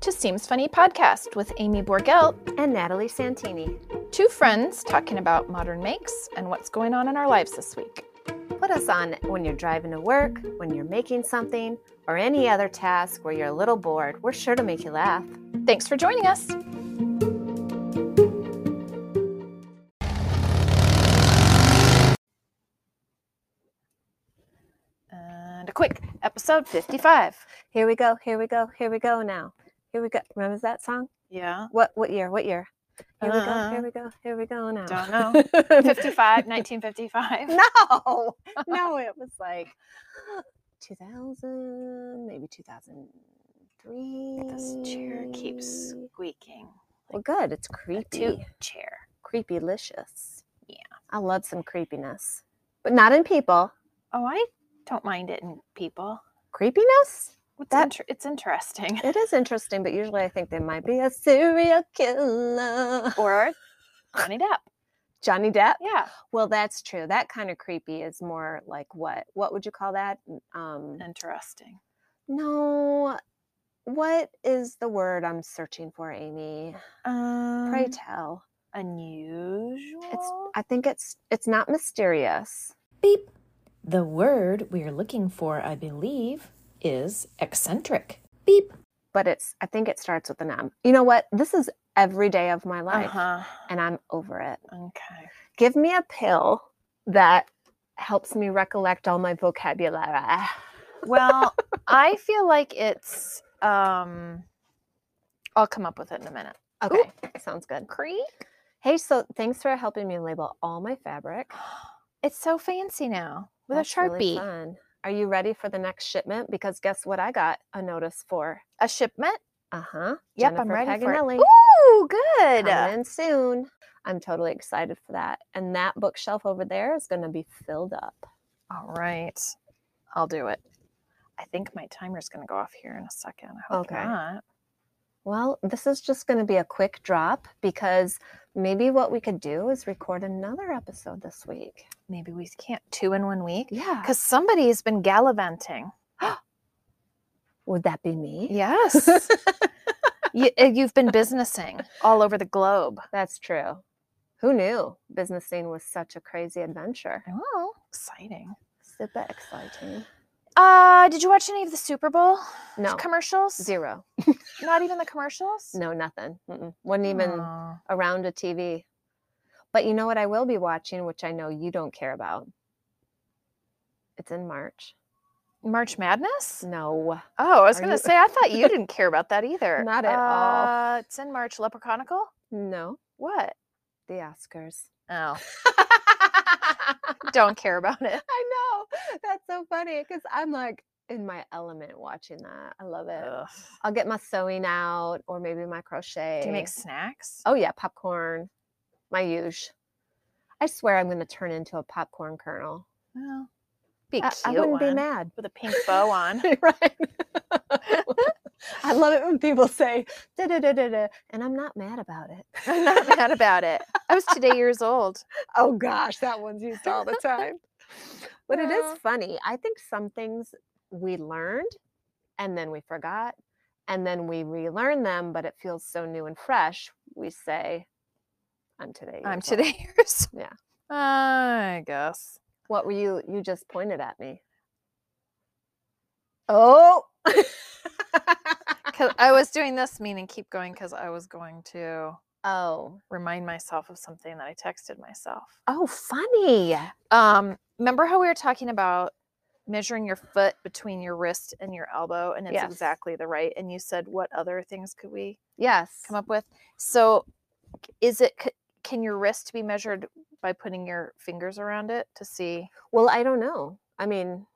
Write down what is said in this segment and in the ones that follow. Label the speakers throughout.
Speaker 1: to Seems Funny podcast with Amy Borgelt,
Speaker 2: and Natalie Santini.
Speaker 1: two friends talking about modern makes and what's going on in our lives this week.
Speaker 2: Put us on when you're driving to work, when you're making something, or any other task where you're a little bored. We're sure to make you laugh.
Speaker 1: Thanks for joining us. And a quick episode 55.
Speaker 2: Here we go, here we go, here we go now. Here we go. Remember that song?
Speaker 1: Yeah.
Speaker 2: What what year? What year? Here we go,
Speaker 1: Uh,
Speaker 2: here we go, here we go now.
Speaker 1: don't know. 55, 1955.
Speaker 2: no, no, it was like 2000, maybe 2003.
Speaker 1: This chair keeps squeaking.
Speaker 2: Well, good. It's
Speaker 1: A
Speaker 2: creepy.
Speaker 1: toot chair.
Speaker 2: creepy licious.
Speaker 1: Yeah.
Speaker 2: I love some creepiness, but not in people.
Speaker 1: Oh, I don't mind it in people.
Speaker 2: Creepiness?
Speaker 1: It's,
Speaker 2: That-
Speaker 1: inter- it's interesting.
Speaker 2: It is interesting, but usually I think they might be a serial killer.
Speaker 1: Or Johnny Depp.
Speaker 2: Johnny Depp?
Speaker 1: Yeah.
Speaker 2: Well, that's true. That kind of creepy is more like what? What would you call that? Um,
Speaker 1: Uh. Interesting.
Speaker 2: no. What is the word I'm searching for, Amy?
Speaker 1: Um,
Speaker 2: Pray tell.
Speaker 1: unusual.
Speaker 2: It's. I think it's. It's not mysterious.
Speaker 3: Beep. The word we're looking for, I believe, is eccentric. Beep.
Speaker 2: but it's I think it starts with an M. You know what? This is every day of my
Speaker 1: uh
Speaker 2: life
Speaker 1: huh.
Speaker 2: and I'm over it.
Speaker 1: Okay.
Speaker 2: Give me a pill that helps me recollect all my vocabulary.
Speaker 1: Well, I feel like it's. um I'll come up with it in a minute.
Speaker 2: Okay, sounds good.
Speaker 1: Creek.
Speaker 2: Hey, so thanks for helping me label all my fabric
Speaker 1: It's so fancy now with
Speaker 2: That's
Speaker 1: a sharpie.
Speaker 2: really fun. Are you ready for the next shipment? Because guess what I got a notice for?
Speaker 1: a shipment.
Speaker 2: Uh-huh.
Speaker 1: Yep,
Speaker 2: Jennifer
Speaker 1: I'm ready
Speaker 2: Paganelli.
Speaker 1: for it. Ooh, good.
Speaker 2: Coming in soon. I'm totally excited for that. And that bookshelf over there is going to be filled up.
Speaker 1: All right. I'll do it. I think my timer's going to go off here in a second. I hope
Speaker 2: Okay.
Speaker 1: not.
Speaker 2: Well, this is just going to be a quick drop because maybe what we could do is record another episode this week.
Speaker 1: Maybe we can't two in one week
Speaker 2: Yeah.
Speaker 1: because somebody has been gallivanting.
Speaker 2: Would that be me?
Speaker 1: Yes. you, uh, you've been businessing all over the globe.
Speaker 2: That's true. Who knew business scene was such a crazy adventure?
Speaker 1: Oh, exciting.
Speaker 2: Super exciting.
Speaker 1: Uh, did you watch any of the Super Bowl
Speaker 2: No,
Speaker 1: commercials?
Speaker 2: zero.
Speaker 1: Not even the commercials?
Speaker 2: No, nothing. Mm-mm. Wasn't even
Speaker 1: Oh,
Speaker 2: around a TV. But you know what I will be watching, which I know you don't care about? It's in March.
Speaker 1: March Madness?
Speaker 2: No.
Speaker 1: Oh, I was
Speaker 2: Are
Speaker 1: going to
Speaker 2: you-
Speaker 1: say, I thought you didn't care about that either.
Speaker 2: Not at all.
Speaker 1: Uh, It's in March. Leprechaunical?
Speaker 2: No.
Speaker 1: What?
Speaker 2: The Oscars.
Speaker 1: Oh. Don't care about it.
Speaker 2: I know. That's so funny because I'm like in my element watching that. I love it.
Speaker 1: Ugh.
Speaker 2: I'll get my sewing out or maybe my crochet.
Speaker 1: Do you make snacks?
Speaker 2: oh, yeah, popcorn. My use. I swear I'm going to turn into a popcorn kernel.
Speaker 1: Well, be a
Speaker 2: I,
Speaker 1: cute
Speaker 2: I wouldn't
Speaker 1: one
Speaker 2: be mad.
Speaker 1: with a pink bow on.
Speaker 2: right. I love it when people say da da da da da, and I'm not mad about it.
Speaker 1: I'm not mad about it. I was today years old.
Speaker 2: Oh gosh, that one's used all the time. But it
Speaker 1: Yeah.
Speaker 2: is funny. I think some things we learned and then we forgot and then we relearn them, but it feels so new and fresh. We say, I'm today.
Speaker 1: I'm
Speaker 2: years old."
Speaker 1: today years.
Speaker 2: Yeah.
Speaker 1: I guess.
Speaker 2: What were you? You just pointed at me. Oh.
Speaker 1: 'Cause I was doing this meaning keep going because I was going to
Speaker 2: oh.
Speaker 1: remind myself of something that I texted myself.
Speaker 2: Oh, funny.
Speaker 1: Um, remember how we were talking about measuring your foot between your wrist and your elbow, and it's
Speaker 2: Yes.
Speaker 1: exactly the right. And you said, what other things could we
Speaker 2: Yes.
Speaker 1: come up with? So, is it c- can your wrist be measured by putting your fingers around it to see?
Speaker 2: Well, I don't know. I mean,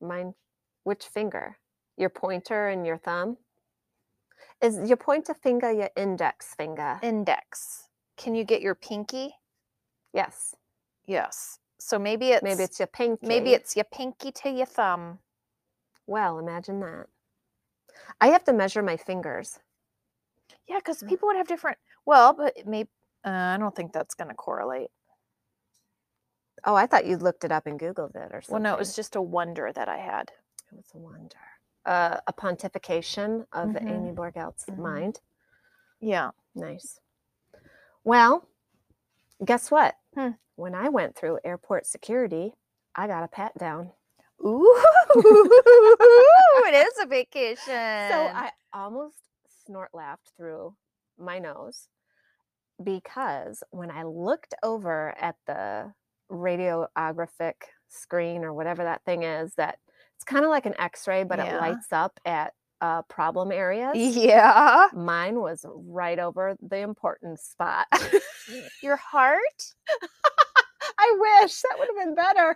Speaker 2: mine, which finger? Your pointer and your thumb? Is your pointer finger your index finger?
Speaker 1: index. Can you get your pinky?
Speaker 2: yes.
Speaker 1: Yes. So maybe it's
Speaker 2: Maybe it's your pinky.
Speaker 1: maybe it's your pinky to your thumb.
Speaker 2: Well, imagine that. I have to measure my fingers.
Speaker 1: Yeah, because
Speaker 2: Mm.
Speaker 1: people would have different. Well, but it may. Uh, I don't think that's going to correlate.
Speaker 2: Oh, I thought you looked it up and Googled it or
Speaker 1: Well,
Speaker 2: something.
Speaker 1: no, it was just a wonder that I had.
Speaker 2: It was a wonder. uh, a pontification of
Speaker 1: Mhm.
Speaker 2: Amy Borgelt's
Speaker 3: Mhm.
Speaker 2: mind.
Speaker 1: Yeah.
Speaker 2: Nice. Well, guess what?
Speaker 1: Hmm.
Speaker 2: When I went through airport security, I got a pat down.
Speaker 1: Ooh, Oh, it is a vacation. So
Speaker 2: So I almost snort laughed through my nose because when I looked over at the radiographic screen or whatever that thing is, that it's kind of like an x ray, but
Speaker 1: Yeah.
Speaker 2: it lights up at uh, problem areas.
Speaker 1: yeah.
Speaker 2: Mine was right over the important spot.
Speaker 1: Your heart?
Speaker 2: I wish that would have been better.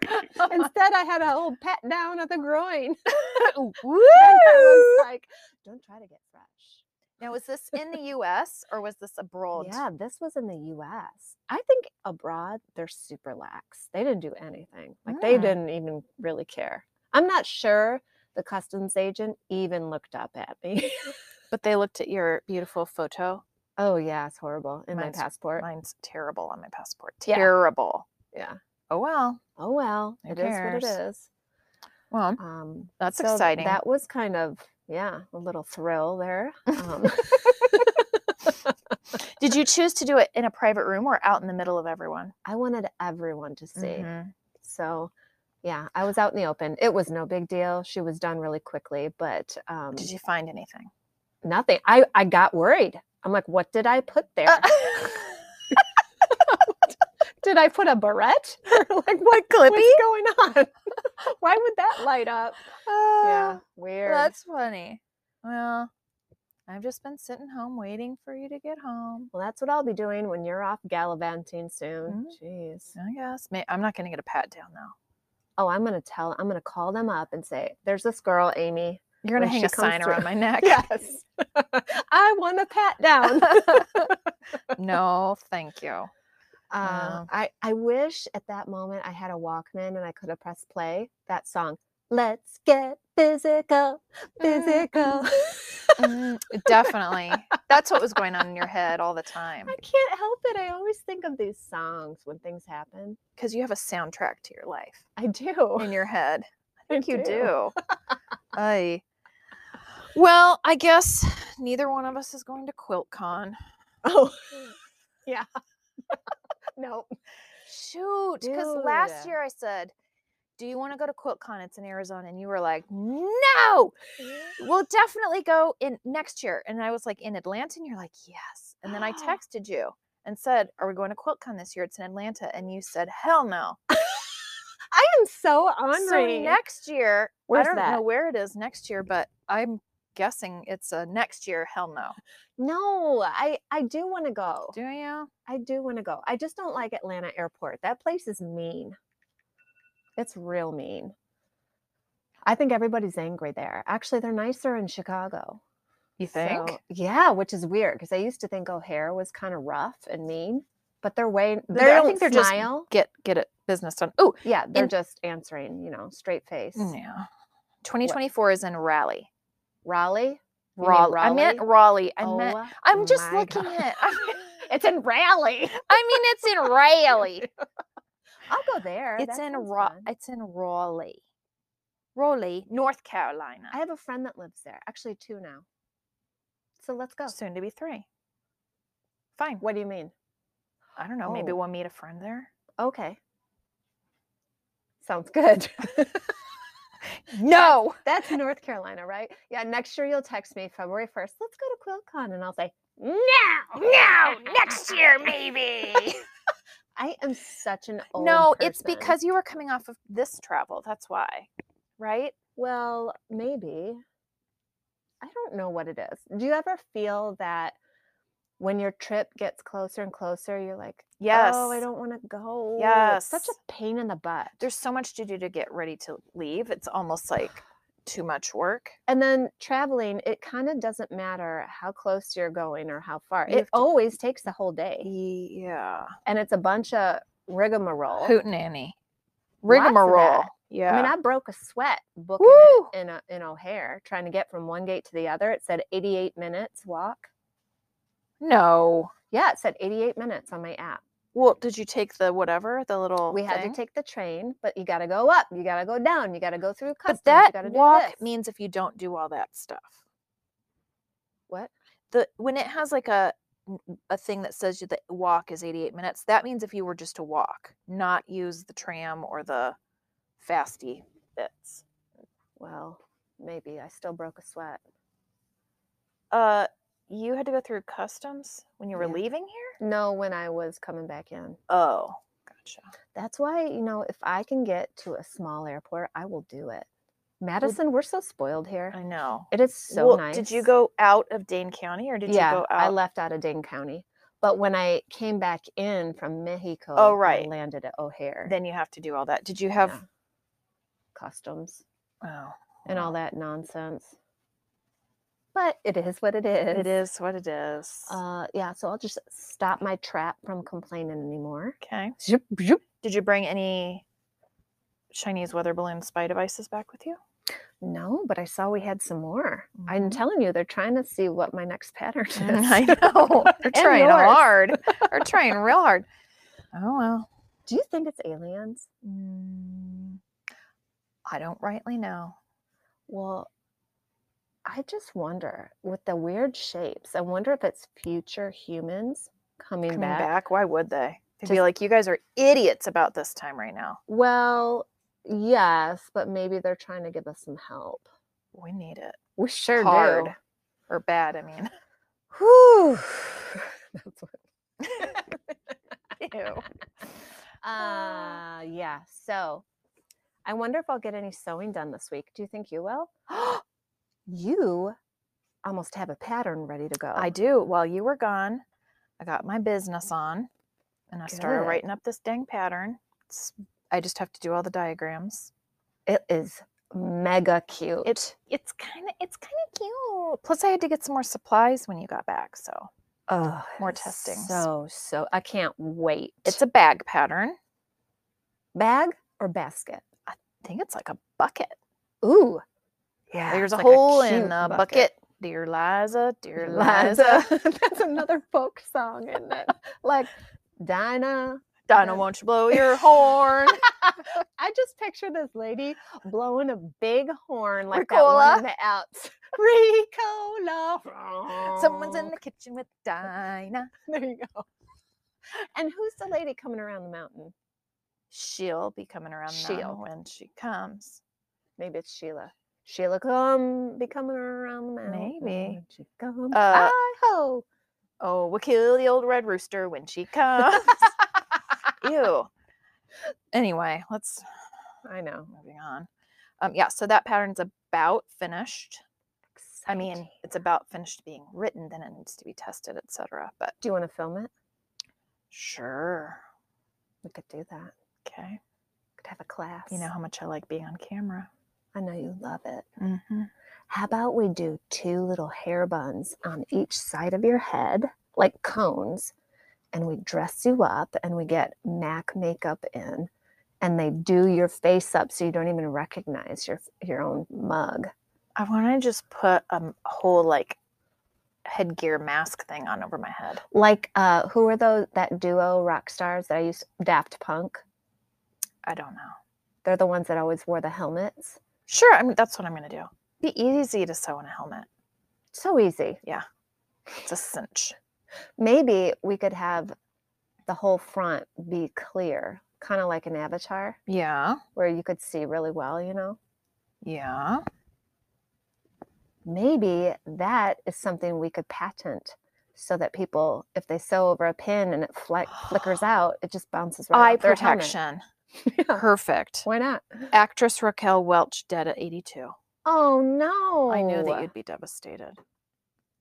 Speaker 2: Instead, I had a whole pat down at the groin.
Speaker 1: Woo!
Speaker 2: And I was like, don't try to get fresh.
Speaker 1: Now, was this in the U.S. or was this abroad?
Speaker 2: Yeah, this was in the US. I think abroad, they're super lax. They didn't do anything. Like they
Speaker 1: Mm.
Speaker 2: didn't even really care. I'm not sure the customs agent even looked up at me.
Speaker 1: But they looked at your beautiful photo.
Speaker 2: oh, yeah, it's horrible in
Speaker 1: Mine's-
Speaker 2: my passport.
Speaker 1: Mine's terrible on my passport.
Speaker 2: Yeah.
Speaker 1: Terrible.
Speaker 2: Yeah.
Speaker 1: Oh well.
Speaker 2: Oh, well,
Speaker 1: Who
Speaker 2: it is what it
Speaker 1: cares?
Speaker 2: is.
Speaker 1: Well,
Speaker 2: Um,
Speaker 1: that's
Speaker 2: so
Speaker 1: exciting.
Speaker 2: That was kind of, yeah, a little thrill there. Um,
Speaker 1: Did you choose to do it in a private room or out in the middle of everyone?
Speaker 2: I wanted everyone to see.
Speaker 1: Mhm.
Speaker 2: So, yeah, I was out in the open. It was no big deal. She was done really quickly, but um,
Speaker 1: Did you find anything?
Speaker 2: nothing. I, I got worried. I'm like, what did I put there? did I put a barrette? Or, like, what,
Speaker 1: Clippy?
Speaker 2: what's going on? Why would that light up? Yeah,
Speaker 1: Oh,
Speaker 2: weird.
Speaker 1: That's funny. Well, I've just been sitting home waiting for you to get home.
Speaker 2: well, that's what I'll be doing when you're off gallivanting soon.
Speaker 1: Mhm.
Speaker 2: Jeez.
Speaker 1: I guess. May- I'm not going to get a pat down though.
Speaker 2: Oh, I'm gonna tell. I'm gonna call them up and say, "There's this girl, Amy.
Speaker 1: You're going to
Speaker 2: When
Speaker 1: hang
Speaker 2: she
Speaker 1: a sign
Speaker 2: comes through-
Speaker 1: around my neck.
Speaker 2: Yes, I want a pat down."
Speaker 1: no, thank you.
Speaker 2: Uh,
Speaker 1: Wow.
Speaker 2: I, I wish at that moment I had a Walkman and I could have pressed play that song. Let's get physical, physical. Mm-hmm.
Speaker 1: Mm, definitely. That's what was going on in your head all the time
Speaker 2: I can't help it. I always think of these songs when things happen.
Speaker 1: because you have a soundtrack to your life
Speaker 2: I do.
Speaker 1: in your head. I think you
Speaker 2: do.
Speaker 1: do. I. Well, I guess neither one of us is going to QuiltCon.
Speaker 2: Oh, yeah. no.
Speaker 1: Shoot, because last
Speaker 2: Dude.
Speaker 1: year I said, "Do you want to go to QuiltCon? It's in Arizona," and you were like, "No, we'll definitely go in next year." And I was like, "In Atlanta?" And you're like, "Yes." And then I texted you and said, "Are we going to QuiltCon this year? It's in Atlanta." And you said, "Hell no."
Speaker 2: I am so
Speaker 1: So
Speaker 2: ornery.
Speaker 1: next year,
Speaker 2: Where's
Speaker 1: I don't
Speaker 2: that?
Speaker 1: know where it is next year, but I'm guessing it's a next year. Hell no.
Speaker 2: no, I, I do want to go.
Speaker 1: Do you?
Speaker 2: I do want to go. I just don't like Atlanta Airport. That place is mean. It's real mean. I think everybody's angry there. Actually, they're nicer in Chicago.
Speaker 1: You
Speaker 2: So- yeah, which is weird because I used to think O'Hare was kind of rough and mean, but they're way they
Speaker 1: I
Speaker 2: don't
Speaker 1: think they're just
Speaker 2: smile.
Speaker 1: get get it business done? Oh,
Speaker 2: yeah, they're
Speaker 1: in-
Speaker 2: just answering, you know, straight face.
Speaker 1: yeah. 2024 is in Raleigh.
Speaker 2: Raleigh. You mean
Speaker 1: Raleigh. I meant Raleigh. I
Speaker 2: Oh
Speaker 1: meant. I'm just
Speaker 2: my
Speaker 1: looking
Speaker 2: God.
Speaker 1: at. I mean,
Speaker 2: It's in Raleigh.
Speaker 1: I mean, it's in Raleigh.
Speaker 2: I'll go there.
Speaker 1: it's
Speaker 2: that
Speaker 1: in
Speaker 2: sounds
Speaker 1: Ra-
Speaker 2: fun.
Speaker 1: It's in Raleigh. Raleigh, North Carolina.
Speaker 2: I have a friend that lives there. Actually, two now. So let's go.
Speaker 1: soon to be three. Fine.
Speaker 2: What do you mean?
Speaker 1: I don't know. Maybe
Speaker 2: Oh.
Speaker 1: we'll meet a friend there.
Speaker 2: Okay. Sounds good.
Speaker 1: No.
Speaker 2: That's North Carolina, right? Yeah, next year you'll text me February 1st. Let's go to QuiltCon. And I'll say, no,
Speaker 1: No. Next year, maybe.
Speaker 2: I am such an old
Speaker 1: no, it's
Speaker 2: person.
Speaker 1: because you were coming off of this travel. That's why. Right?
Speaker 2: well, maybe. I don't know what it is. Do you ever feel that when your trip gets closer and closer, you're like,
Speaker 1: Yes.
Speaker 2: oh, I don't want to go. It's such
Speaker 1: Yes.
Speaker 2: a pain in the butt.
Speaker 1: There's so much to do to get ready to leave. It's almost like too much work.
Speaker 2: and then traveling, it kind of doesn't matter how close you're going or how far.
Speaker 1: You have
Speaker 2: It
Speaker 1: to-
Speaker 2: always takes a whole day.
Speaker 1: Yeah.
Speaker 2: and it's a bunch of rigmarole.
Speaker 1: Hootenanny.
Speaker 2: Lots of
Speaker 1: Rigmarole.
Speaker 2: that.
Speaker 1: Oh, Yeah.
Speaker 2: I mean, I broke a sweat booking
Speaker 1: Woo!
Speaker 2: it in, a, in O'Hare trying to get from one gate to the other. It said 88 minutes walk.
Speaker 1: no.
Speaker 2: Yeah, it said 88 minutes on my app.
Speaker 1: Well, did you take the whatever, the little
Speaker 2: We had
Speaker 1: thing?
Speaker 2: to take the train, but you got to go up, you got to go down, you got to go through customs.
Speaker 1: But that
Speaker 2: you gotta do
Speaker 1: walk
Speaker 2: this.
Speaker 1: means if you don't do all that stuff.
Speaker 2: what?
Speaker 1: The when it has like a n- a thing that says you the walk is 88 minutes, that means if you were just to walk, not use the tram or the fasty bits.
Speaker 2: Well, maybe I still broke a sweat.
Speaker 1: Uh you had to go through customs when you were
Speaker 2: Yeah.
Speaker 1: leaving here?
Speaker 2: No, when I was coming back in.
Speaker 1: Oh, gotcha.
Speaker 2: That's why, you know, if I can get to a small airport, I will do it. Madison, we're so spoiled here.
Speaker 1: I know.
Speaker 2: It is so
Speaker 1: Well,
Speaker 2: nice.
Speaker 1: Did you go out of Dane County or did
Speaker 2: yeah,
Speaker 1: you go out?
Speaker 2: I left out of Dane County. But when I came back in from Mexico, I
Speaker 1: Oh, right.
Speaker 2: landed at O'Hare.
Speaker 1: then you have to do all that. Did you have
Speaker 2: Yeah. customs
Speaker 1: oh,
Speaker 2: and
Speaker 1: wow.
Speaker 2: all that nonsense. But it is what it is.
Speaker 1: It is what it is.
Speaker 2: Uh, yeah, so I'll just stop my trap from complaining anymore.
Speaker 1: okay.
Speaker 2: Zhup, zhup.
Speaker 1: Did you bring any Chinese weather balloon spy devices back with you?
Speaker 2: No, but I saw we had some more. I'm
Speaker 1: Mhm.
Speaker 2: telling you, they're trying to see what my next pattern is.
Speaker 1: I know. They're
Speaker 2: And
Speaker 1: trying
Speaker 2: yours.
Speaker 1: hard. They're trying real hard. Oh well.
Speaker 2: Do you think it's aliens?
Speaker 1: Mm, I don't rightly know.
Speaker 2: Well, I just wonder with the weird shapes. I wonder if it's future humans coming,
Speaker 1: Coming
Speaker 2: back.
Speaker 1: back. why would they? They'd be
Speaker 2: Just-
Speaker 1: like, "You guys are idiots about this time right now.
Speaker 2: Well, yes, but maybe they're trying to give us some help.
Speaker 1: We need it
Speaker 2: We sure
Speaker 1: hard
Speaker 2: do.
Speaker 1: or bad. I mean,
Speaker 2: Whew. That's what.
Speaker 1: ew.
Speaker 2: Uh, yeah. So, I wonder if I'll get any sewing done this week. Do you think you will? you almost have a pattern ready to go.
Speaker 1: I do. While you were gone, I got my business on and I started
Speaker 2: Good.
Speaker 1: writing up this dang pattern. It's, I just have to do all the diagrams.
Speaker 2: It is mega cute.
Speaker 1: It it's kind of it's kind of cute. Plus I had to get some more supplies when you got back, so
Speaker 2: oh,
Speaker 1: more
Speaker 2: it is
Speaker 1: testings.
Speaker 2: So so I can't wait.
Speaker 1: it's a bag pattern.
Speaker 2: bag or basket.
Speaker 1: I think it's like a bucket.
Speaker 2: Ooh, yeah.
Speaker 1: There's
Speaker 2: it's
Speaker 1: a
Speaker 2: like
Speaker 1: hole in
Speaker 2: cute
Speaker 1: the bucket. Dear Liza, dear Liza.
Speaker 2: Liza. That's another folk song, isn't it? Like Dinah.
Speaker 1: Donna, won't you blow your horn?
Speaker 2: I just picture this lady blowing a big horn like that
Speaker 1: Ricola.
Speaker 2: one in the Alps. Ricola.
Speaker 1: Someone's in the kitchen with Dinah.
Speaker 2: There you go. And who's the lady coming around the mountain?
Speaker 1: She'll be coming around the
Speaker 2: She'll.
Speaker 1: mountain when she comes.
Speaker 2: Maybe it's Sheila. Sheila come be coming around the mountain.
Speaker 1: Maybe.
Speaker 2: when She come.
Speaker 1: Uh,
Speaker 2: I ho.
Speaker 1: Oh, we'll kill the old red rooster when she
Speaker 2: uh,
Speaker 1: comes. Ew. Anyway, let's
Speaker 2: I know.
Speaker 1: moving on. Um, yeah, so that pattern's about finished. I mean,
Speaker 2: Exciting.
Speaker 1: it's about finished being written, then it needs to be tested, etc. But
Speaker 2: do you want to film it?
Speaker 1: sure.
Speaker 2: We could do that.
Speaker 1: Okay.
Speaker 2: could have a class.
Speaker 1: You know how much I like being on camera.
Speaker 2: I know you love it.
Speaker 1: Mm-hmm.
Speaker 2: How about we do two little hair buns on each side of your head, like cones, and we dress you up and we get MAC makeup in and they do your face up so you don't even recognize your your own mug.
Speaker 1: I want to just put a m- whole like headgear mask thing on over my head.
Speaker 2: Like uh who were those that duo rock stars that I used Daft Punk?
Speaker 1: I don't know.
Speaker 2: They're the ones that always wore the helmets.
Speaker 1: Sure, I mean, that's what I'm going to do. Be easy to sew in a helmet.
Speaker 2: So easy.
Speaker 1: It's a cinch.
Speaker 2: Maybe we could have the whole front be clear, kind of like an avatar
Speaker 1: Yeah.
Speaker 2: where you could see really well, you know?
Speaker 1: Yeah.
Speaker 2: maybe that is something we could patent so that people if they sew over a pin and it fli- flickers out it just bounces right
Speaker 1: eye
Speaker 2: off their helmet.
Speaker 1: protection.
Speaker 2: Yeah,
Speaker 1: Perfect.
Speaker 2: why not
Speaker 1: Actress Raquel Welch dead at 82.
Speaker 2: oh no
Speaker 1: I knew that you'd be devastated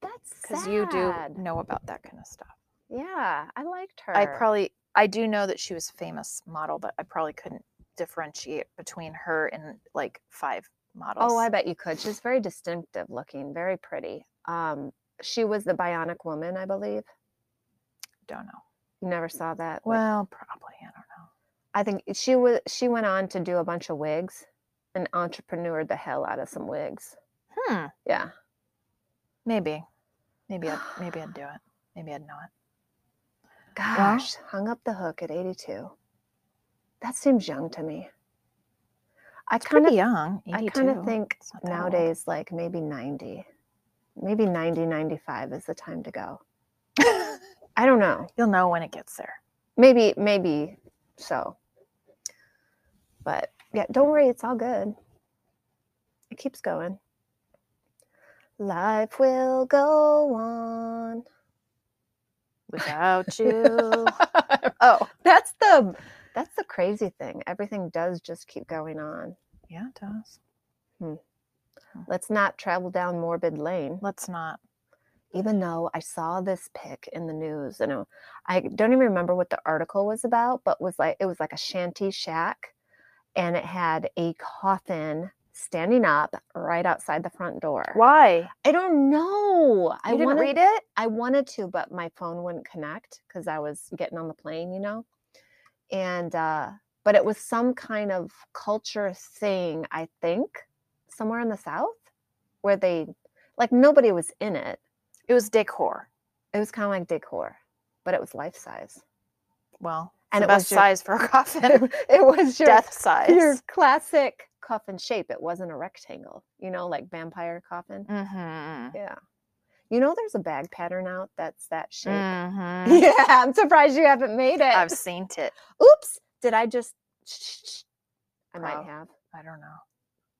Speaker 2: that's
Speaker 1: because you do
Speaker 2: sad.
Speaker 1: know about that kind of stuff.
Speaker 2: yeah i liked her
Speaker 1: I probably, I do know that she was a famous model, but I probably couldn't differentiate between her and like five models.
Speaker 2: oh i bet you could she's very distinctive looking very pretty um she was the bionic woman i believe
Speaker 1: don't know.
Speaker 2: you never saw that like,
Speaker 1: Well, probably. I don't
Speaker 2: i think eh, she was she went on to do a bunch of wigs and entrepreneured the hell out of some wigs
Speaker 1: know. Hmm.
Speaker 2: yeah
Speaker 1: Maybe. Maybe I'd, maybe I'd do it. Maybe I'd know it.
Speaker 2: Gosh, hung up the hook at 82. That seems young to me. I kind
Speaker 1: Pretty
Speaker 2: of
Speaker 1: young.
Speaker 2: I
Speaker 1: 82.
Speaker 2: kind of think
Speaker 1: It's not that old.
Speaker 2: nowadays like maybe 90. Maybe 90 95 is the time to go. I don't know.
Speaker 1: You'll know when it gets there.
Speaker 2: Maybe maybe so. But yeah, don't worry, it's all good. It keeps going. Life will go on.
Speaker 1: Without you.
Speaker 2: oh, that's the that's the crazy thing. Everything does just keep going on.
Speaker 1: yeah, it does.
Speaker 2: Let's not travel down morbid lane.
Speaker 1: Let's not.
Speaker 2: Even though I saw this pic in the news, and it- I don't even remember what the article was about, but was like it was like a shanty shack, and it had a coffin standing up right outside the front door.
Speaker 1: Why?
Speaker 2: I don't know.
Speaker 1: You
Speaker 2: I
Speaker 1: didn't
Speaker 2: wanted,
Speaker 1: read it?
Speaker 2: I wanted to, but my phone wouldn't connect because I was getting on the plane, you know? And, uh, but it was some kind of culture thing, I think, somewhere in the South where they, like, nobody was in it.
Speaker 1: It was decor.
Speaker 2: It was kind of like decor, but it was life size.
Speaker 1: Well, it's
Speaker 2: And
Speaker 1: the
Speaker 2: it was
Speaker 1: best
Speaker 2: your-
Speaker 1: size for a coffin.
Speaker 2: it was your,
Speaker 1: Death size.
Speaker 2: your classic coffin shape. It wasn't a rectangle, you know, like vampire coffin.
Speaker 1: Mm-hmm.
Speaker 2: Yeah. You know, there's a bag pattern out that's that shape.
Speaker 1: hmm
Speaker 2: Yeah, I'm surprised you haven't made it.
Speaker 1: I've seen it.
Speaker 2: Oops, did I just? I might
Speaker 1: Prob-
Speaker 2: have.
Speaker 1: I don't know.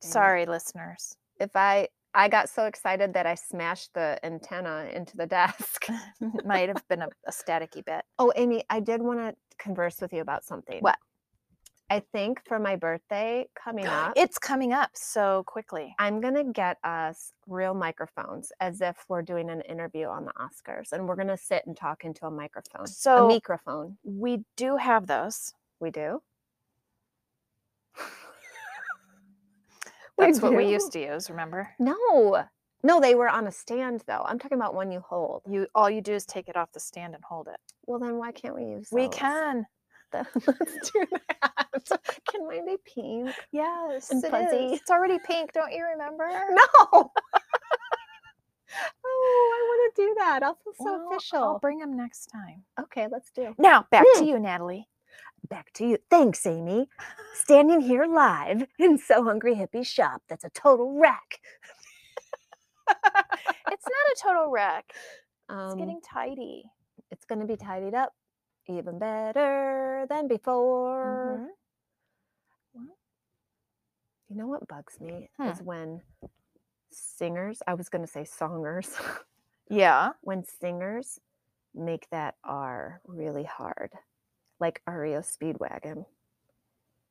Speaker 2: Dang it.
Speaker 1: Sorry, listeners.
Speaker 2: If I I got so excited that I smashed the antenna into the desk.
Speaker 1: Might have been a, a staticky bit.
Speaker 2: oh, Amy, I did want to converse with you about something.
Speaker 1: What?
Speaker 2: I think for my birthday coming up,
Speaker 1: It's coming up so quickly.
Speaker 2: I'm gonna get us real microphones as if we're doing an interview on the Oscars, and we're gonna sit and talk into a microphone.
Speaker 1: So-
Speaker 2: a microphone,
Speaker 1: We do have those.
Speaker 2: we do.
Speaker 1: That's what we
Speaker 2: do.
Speaker 1: used to use, remember?
Speaker 2: No. No, they were on a stand though. I'm talking about one you hold.
Speaker 1: You all you do is take it off the stand and hold it.
Speaker 2: Well, then why can't we use?
Speaker 1: We
Speaker 2: those?
Speaker 1: can.
Speaker 2: Then Let's do that. can mine be pink?
Speaker 1: Yes.
Speaker 2: And
Speaker 1: it
Speaker 2: fuzzy.
Speaker 1: is. It's already pink, don't you remember?
Speaker 2: No. oh, I want to do that. I'll feel so
Speaker 1: Well, I'll
Speaker 2: official.
Speaker 1: bring them next time.
Speaker 2: Okay, let's do.
Speaker 1: Now back to
Speaker 2: Hmm.
Speaker 1: you, Natalie.
Speaker 2: Back to you. Thanks, Amy. Standing here live in So Hungry Hippie Shop. That's a total wreck.
Speaker 1: It's not a total wreck. It's
Speaker 2: Um,
Speaker 1: getting tidy.
Speaker 2: it's going to be tidied up even better than before.
Speaker 1: Mhm.
Speaker 2: You know what bugs me
Speaker 1: Hmm.
Speaker 2: is when singers, I was going to say songers,
Speaker 1: Yeah.
Speaker 2: when singers make that R really hard, like REO Speedwagon.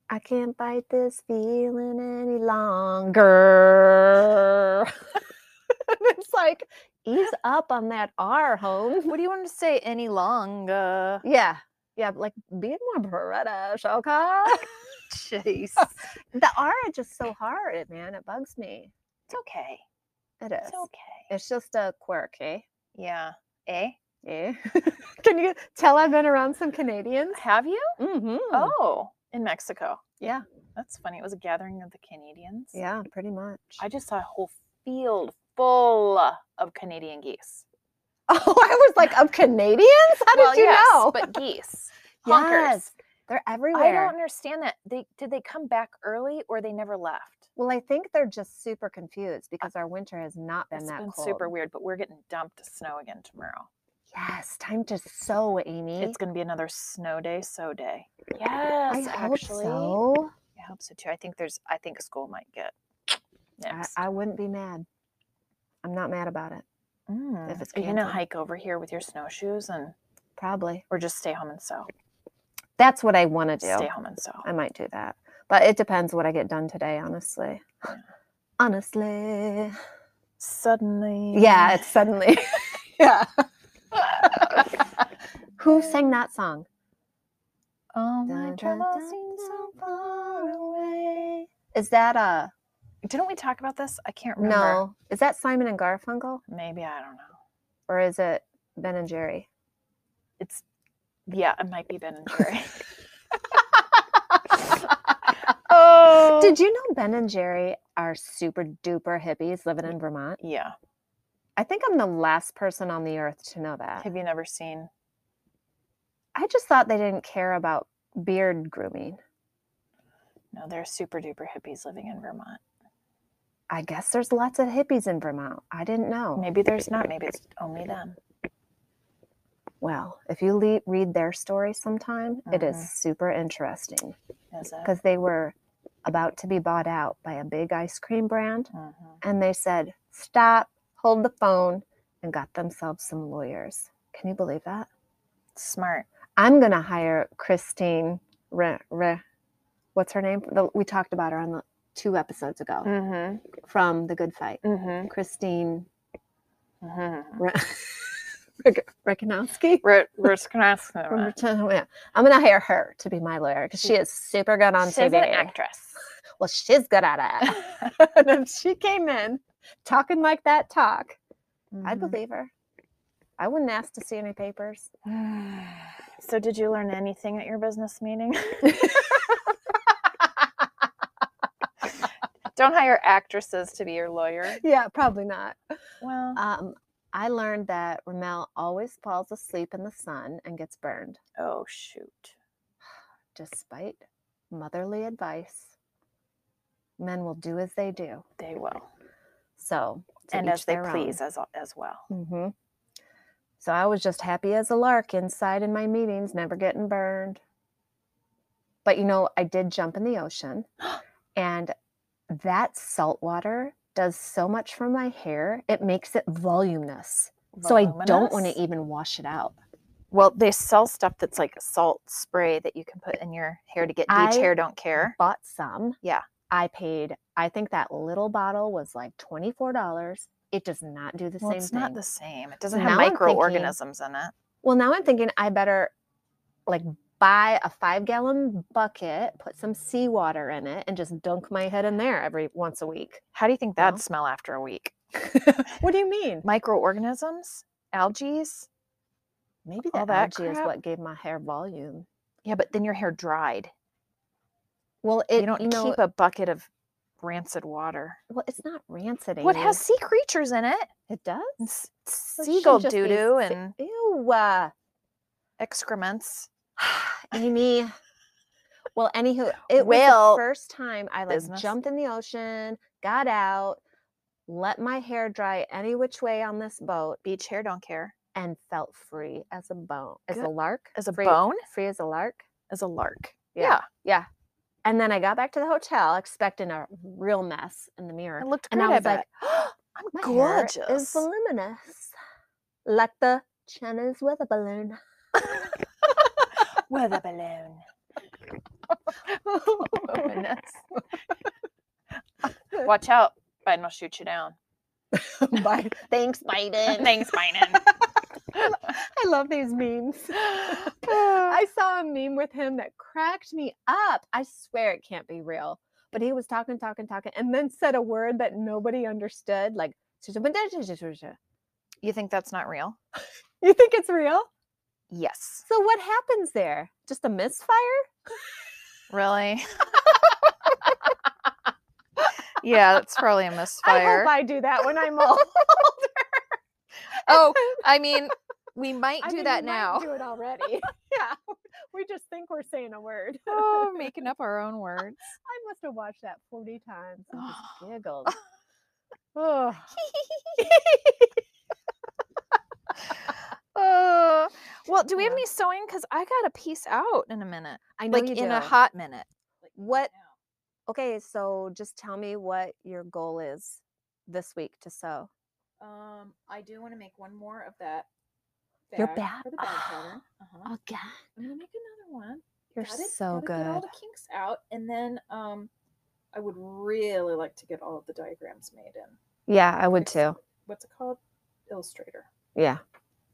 Speaker 2: I can't fight this feeling any longer. it's like, ease up on that R, home.
Speaker 1: What do you want to say any longer?
Speaker 2: Yeah. Yeah, like being more Beretta, Shoka.
Speaker 1: Jeez.
Speaker 2: the R is just so hard, man. It bugs me.
Speaker 1: It's okay.
Speaker 2: It is.
Speaker 1: It's okay.
Speaker 2: It's just a quirk, eh?
Speaker 1: Yeah. Eh?
Speaker 2: Eh? Can you tell I've been around some Canadians?
Speaker 1: Have you?
Speaker 2: Mm-hmm. Oh,
Speaker 1: Oh, in Mexico.
Speaker 2: Yeah.
Speaker 1: That's funny. It was a gathering of the Canadians.
Speaker 2: yeah, pretty much.
Speaker 1: I just saw a whole field full of Canadian geese.
Speaker 2: oh, I was like, of Canadians? How did you
Speaker 1: yes,
Speaker 2: know?
Speaker 1: but geese. Honkers.
Speaker 2: Yes, they're
Speaker 1: I
Speaker 2: everywhere.
Speaker 1: don't understand that. They did they come back early or they never left?
Speaker 2: well, I think they're just super confused because our winter has not been
Speaker 1: It's
Speaker 2: that
Speaker 1: been
Speaker 2: cold.
Speaker 1: super weird, but we're getting dumped to snow again tomorrow.
Speaker 2: Yes, time to sow, Amy.
Speaker 1: It's going to be another snow day, so day. Yes,
Speaker 2: I
Speaker 1: actually.
Speaker 2: hope so.
Speaker 1: I hope so too. I think there's. I think school might get
Speaker 2: I,
Speaker 1: next.
Speaker 2: I wouldn't be mad. I'm not mad about it.
Speaker 1: Mm.
Speaker 2: if it's
Speaker 1: Are you gonna
Speaker 2: canceled.
Speaker 1: hike over here with your snowshoes and,
Speaker 2: Probably.
Speaker 1: or just stay home and sew?
Speaker 2: That's what I want to do.
Speaker 1: Stay home and sew.
Speaker 2: I might do that. But it depends what I get done today, honestly. Honestly.
Speaker 1: Suddenly.
Speaker 2: Yeah, it's suddenly. yeah. Who sang that song?
Speaker 1: Oh my
Speaker 2: Dun, dun,
Speaker 1: trouble
Speaker 2: dun,
Speaker 1: seems so
Speaker 2: dun.
Speaker 1: far away.
Speaker 2: Is that uh
Speaker 1: Didn't we talk about this? I can't remember.
Speaker 2: no? Is that Simon and Garfunkel
Speaker 1: Maybe I don't know.
Speaker 2: or is it Ben and Jerry?
Speaker 1: It's yeah. It might be Ben and Jerry. oh.
Speaker 2: Did you know Ben and Jerry are super duper hippies living in Vermont?
Speaker 1: yeah.
Speaker 2: I think I'm the last person on the earth to know that.
Speaker 1: Have you never seen
Speaker 2: I just thought they didn't care about beard grooming.
Speaker 1: No, they're super duper hippies living in Vermont.
Speaker 2: I guess there's lots of hippies in Vermont. I didn't know.
Speaker 1: Maybe there's not. Maybe it's only them.
Speaker 2: Well, if you le- read their story sometime, it
Speaker 1: Mhm.
Speaker 2: is super interesting
Speaker 1: Is it?
Speaker 2: because they were about to be bought out by a big ice cream brand
Speaker 1: Mhm.
Speaker 2: and they said, stop, hold the phone, and got themselves some lawyers. Can you believe that?
Speaker 1: Smart.
Speaker 2: I'm going to hire Christine, Re- Re- what's her name? The, we talked about her on the two episodes ago
Speaker 1: Mm-hmm.
Speaker 2: from The Good Fight.
Speaker 1: Mm-hmm.
Speaker 2: Christine
Speaker 1: Mm-hmm.
Speaker 2: Re- Rick- Rickowski?
Speaker 1: Ro-
Speaker 2: Yeah. I'm gonna hire her to be my lawyer because she is super good on
Speaker 1: She's
Speaker 2: TV.
Speaker 1: an actress.
Speaker 2: Well, she's good at it. and if she came in talking like that talk, I'd believe her. I wouldn't ask to see any papers.
Speaker 1: Mhm. So, did you learn anything at your business meeting? Don't hire actresses to be your lawyer.
Speaker 2: Yeah, probably not.
Speaker 1: Well,
Speaker 2: Um, I learned that Ramel always falls asleep in the sun and gets burned,
Speaker 1: oh shoot.
Speaker 2: despite motherly advice. Men will do as they do.
Speaker 1: They will,
Speaker 2: So, to
Speaker 1: and
Speaker 2: each
Speaker 1: as they
Speaker 2: their own.
Speaker 1: please, as as well.
Speaker 2: Mm-hmm. So I was just happy as a lark inside in my meetings, never getting burned. But you know, I did jump in the ocean, and that salt water does so much for my hair. It makes it voluminous. So I don't want
Speaker 1: Voluminous.
Speaker 2: to even wash it out.
Speaker 1: Well, they sell stuff that's like a salt spray that you can put in your hair to get beach
Speaker 2: I-
Speaker 1: hair. Don't care.
Speaker 2: Bought some.
Speaker 1: Yeah.
Speaker 2: I paid, I think that little bottle was like $24. It does not do the
Speaker 1: Well,
Speaker 2: same
Speaker 1: it's
Speaker 2: thing.
Speaker 1: not the same. It doesn't
Speaker 2: now
Speaker 1: have
Speaker 2: I'm thinking-
Speaker 1: microorganisms in it.
Speaker 2: Well, now I'm thinking I better like buy a five gallon bucket, put some seawater in it, and just dunk my head in there every once a week.
Speaker 1: How do you think
Speaker 2: No.
Speaker 1: that'd smell after a week?
Speaker 2: What do you mean?
Speaker 1: microorganisms, algaes.
Speaker 2: Maybe
Speaker 1: All
Speaker 2: the
Speaker 1: that
Speaker 2: algae is
Speaker 1: crap?
Speaker 2: what gave my hair volume.
Speaker 1: Yeah, but then your hair dried.
Speaker 2: Well, it
Speaker 1: you don't
Speaker 2: know,
Speaker 1: keep a bucket of rancid water.
Speaker 2: well, it's not rancid.
Speaker 1: What
Speaker 2: Amy.
Speaker 1: has sea creatures in it?
Speaker 2: it does?
Speaker 1: And s-
Speaker 2: Well, it should
Speaker 1: seagull
Speaker 2: just be
Speaker 1: doo doo
Speaker 2: se-
Speaker 1: and
Speaker 2: ew, uh,
Speaker 1: excrements.
Speaker 2: Amy. Well, anywho, it
Speaker 1: Well,
Speaker 2: was the first time I like
Speaker 1: business.
Speaker 2: jumped in the ocean, got out, let my hair dry any which way on this boat,
Speaker 1: Beach hair don't care.
Speaker 2: and felt free as a bone, as a
Speaker 1: Good.
Speaker 2: lark,
Speaker 1: As a
Speaker 2: free,
Speaker 1: bone,
Speaker 2: free as a lark.
Speaker 1: as a lark.
Speaker 2: Yeah. And then I got back to the hotel expecting a real mess in the mirror,
Speaker 1: I looked
Speaker 2: and
Speaker 1: great.
Speaker 2: I
Speaker 1: I,
Speaker 2: was
Speaker 1: bet.
Speaker 2: like,
Speaker 1: I'm
Speaker 2: "My
Speaker 1: gorgeous.
Speaker 2: hair is voluminous, like the Chinese weather balloon."
Speaker 1: Weather balloon. Oh Voluminous. Watch out. Biden will shoot you down.
Speaker 2: Bye. Thanks, Biden.
Speaker 1: Thanks, Biden.
Speaker 2: I love these memes. I saw a meme with him that cracked me up. I swear it can't be real. But he was talking, talking, talking, and then said a word that nobody understood. Like, you
Speaker 1: you think that's not real?
Speaker 2: think it's real?
Speaker 1: Yes.
Speaker 2: So what happens there? Just a misfire?
Speaker 1: Really? yeah, that's probably a
Speaker 2: I
Speaker 1: misfire.
Speaker 2: hope I do that when I'm old.
Speaker 1: oh, I mean, we might
Speaker 2: I
Speaker 1: do
Speaker 2: mean,
Speaker 1: that
Speaker 2: we might
Speaker 1: now.
Speaker 2: Do it already. yeah, we just think we're saying a word.
Speaker 1: oh, making up our own words.
Speaker 2: I must have watched that 40 times and just giggled. Oh,
Speaker 1: Oh, well, do we have
Speaker 2: Yeah.
Speaker 1: any sewing? Because I got a piece out in a minute,
Speaker 2: I know
Speaker 1: like
Speaker 2: you
Speaker 1: in a
Speaker 2: do.
Speaker 1: hot minute.
Speaker 2: What? Okay, so just tell me what your goal is this week to sew.
Speaker 1: Um, I do want to make one more of that.
Speaker 2: Your bag
Speaker 1: for the
Speaker 2: bag Ah.
Speaker 1: pattern.
Speaker 2: pattern.
Speaker 1: Uh-huh.
Speaker 2: Oh God,
Speaker 1: I'm gonna make another one.
Speaker 2: you're
Speaker 1: Got it,
Speaker 2: so
Speaker 1: gotta Get all
Speaker 2: good.
Speaker 1: the kinks out, and then um, I would really like to get all of the diagrams made in.
Speaker 2: Yeah, I would
Speaker 1: Ex-
Speaker 2: too.
Speaker 1: What's it called? Illustrator.
Speaker 2: Yeah.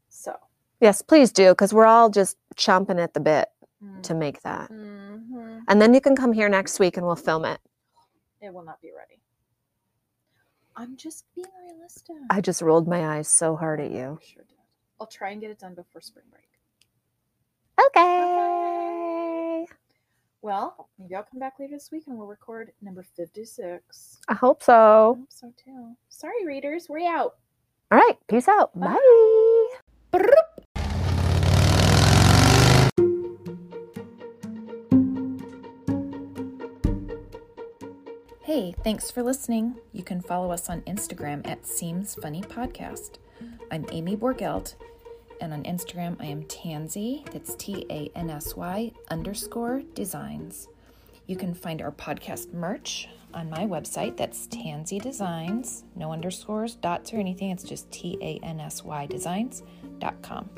Speaker 1: So.
Speaker 2: Yes, please do, because we're all just chomping at the bit to make that.
Speaker 1: Mm-hmm.
Speaker 2: And then you can come here next week and we'll film it.
Speaker 1: It will not be ready. I'm just being realistic.
Speaker 2: I just rolled my eyes so hard at you.
Speaker 1: sure did. I'll try and get it done before spring break.
Speaker 2: Okay.
Speaker 1: Well, maybe I'll come back later this week and we'll record number 56.
Speaker 2: I hope so.
Speaker 1: hope so too. Sorry, readers. We out.
Speaker 2: All right. Peace out.
Speaker 1: Bye.
Speaker 2: Bye.
Speaker 1: Hey, thanks for listening. You can follow us on Instagram at Seems Funny Podcast. I'm Amy Borgelt, and on Instagram I am Tansy, that's T A N S Y underscore designs. You can find our podcast merch on my website, that's Tansy Designs, no underscores, dots, or anything, it's just T A N S Y designs.com.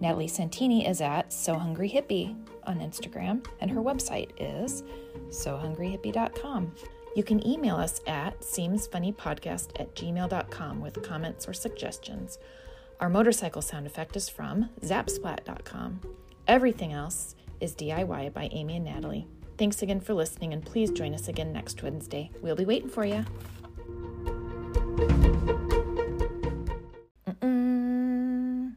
Speaker 1: Natalie Santini is at So Hungry Hippie on Instagram, and her website is sohungryhippie.com. You can email us at seemsfunnypodcast at gmail.com with comments or suggestions. Our motorcycle sound effect is from zapsplat.com. Everything else is DIY by Amy and Natalie. Thanks again for listening, and please join us again next Wednesday. We'll be waiting for you.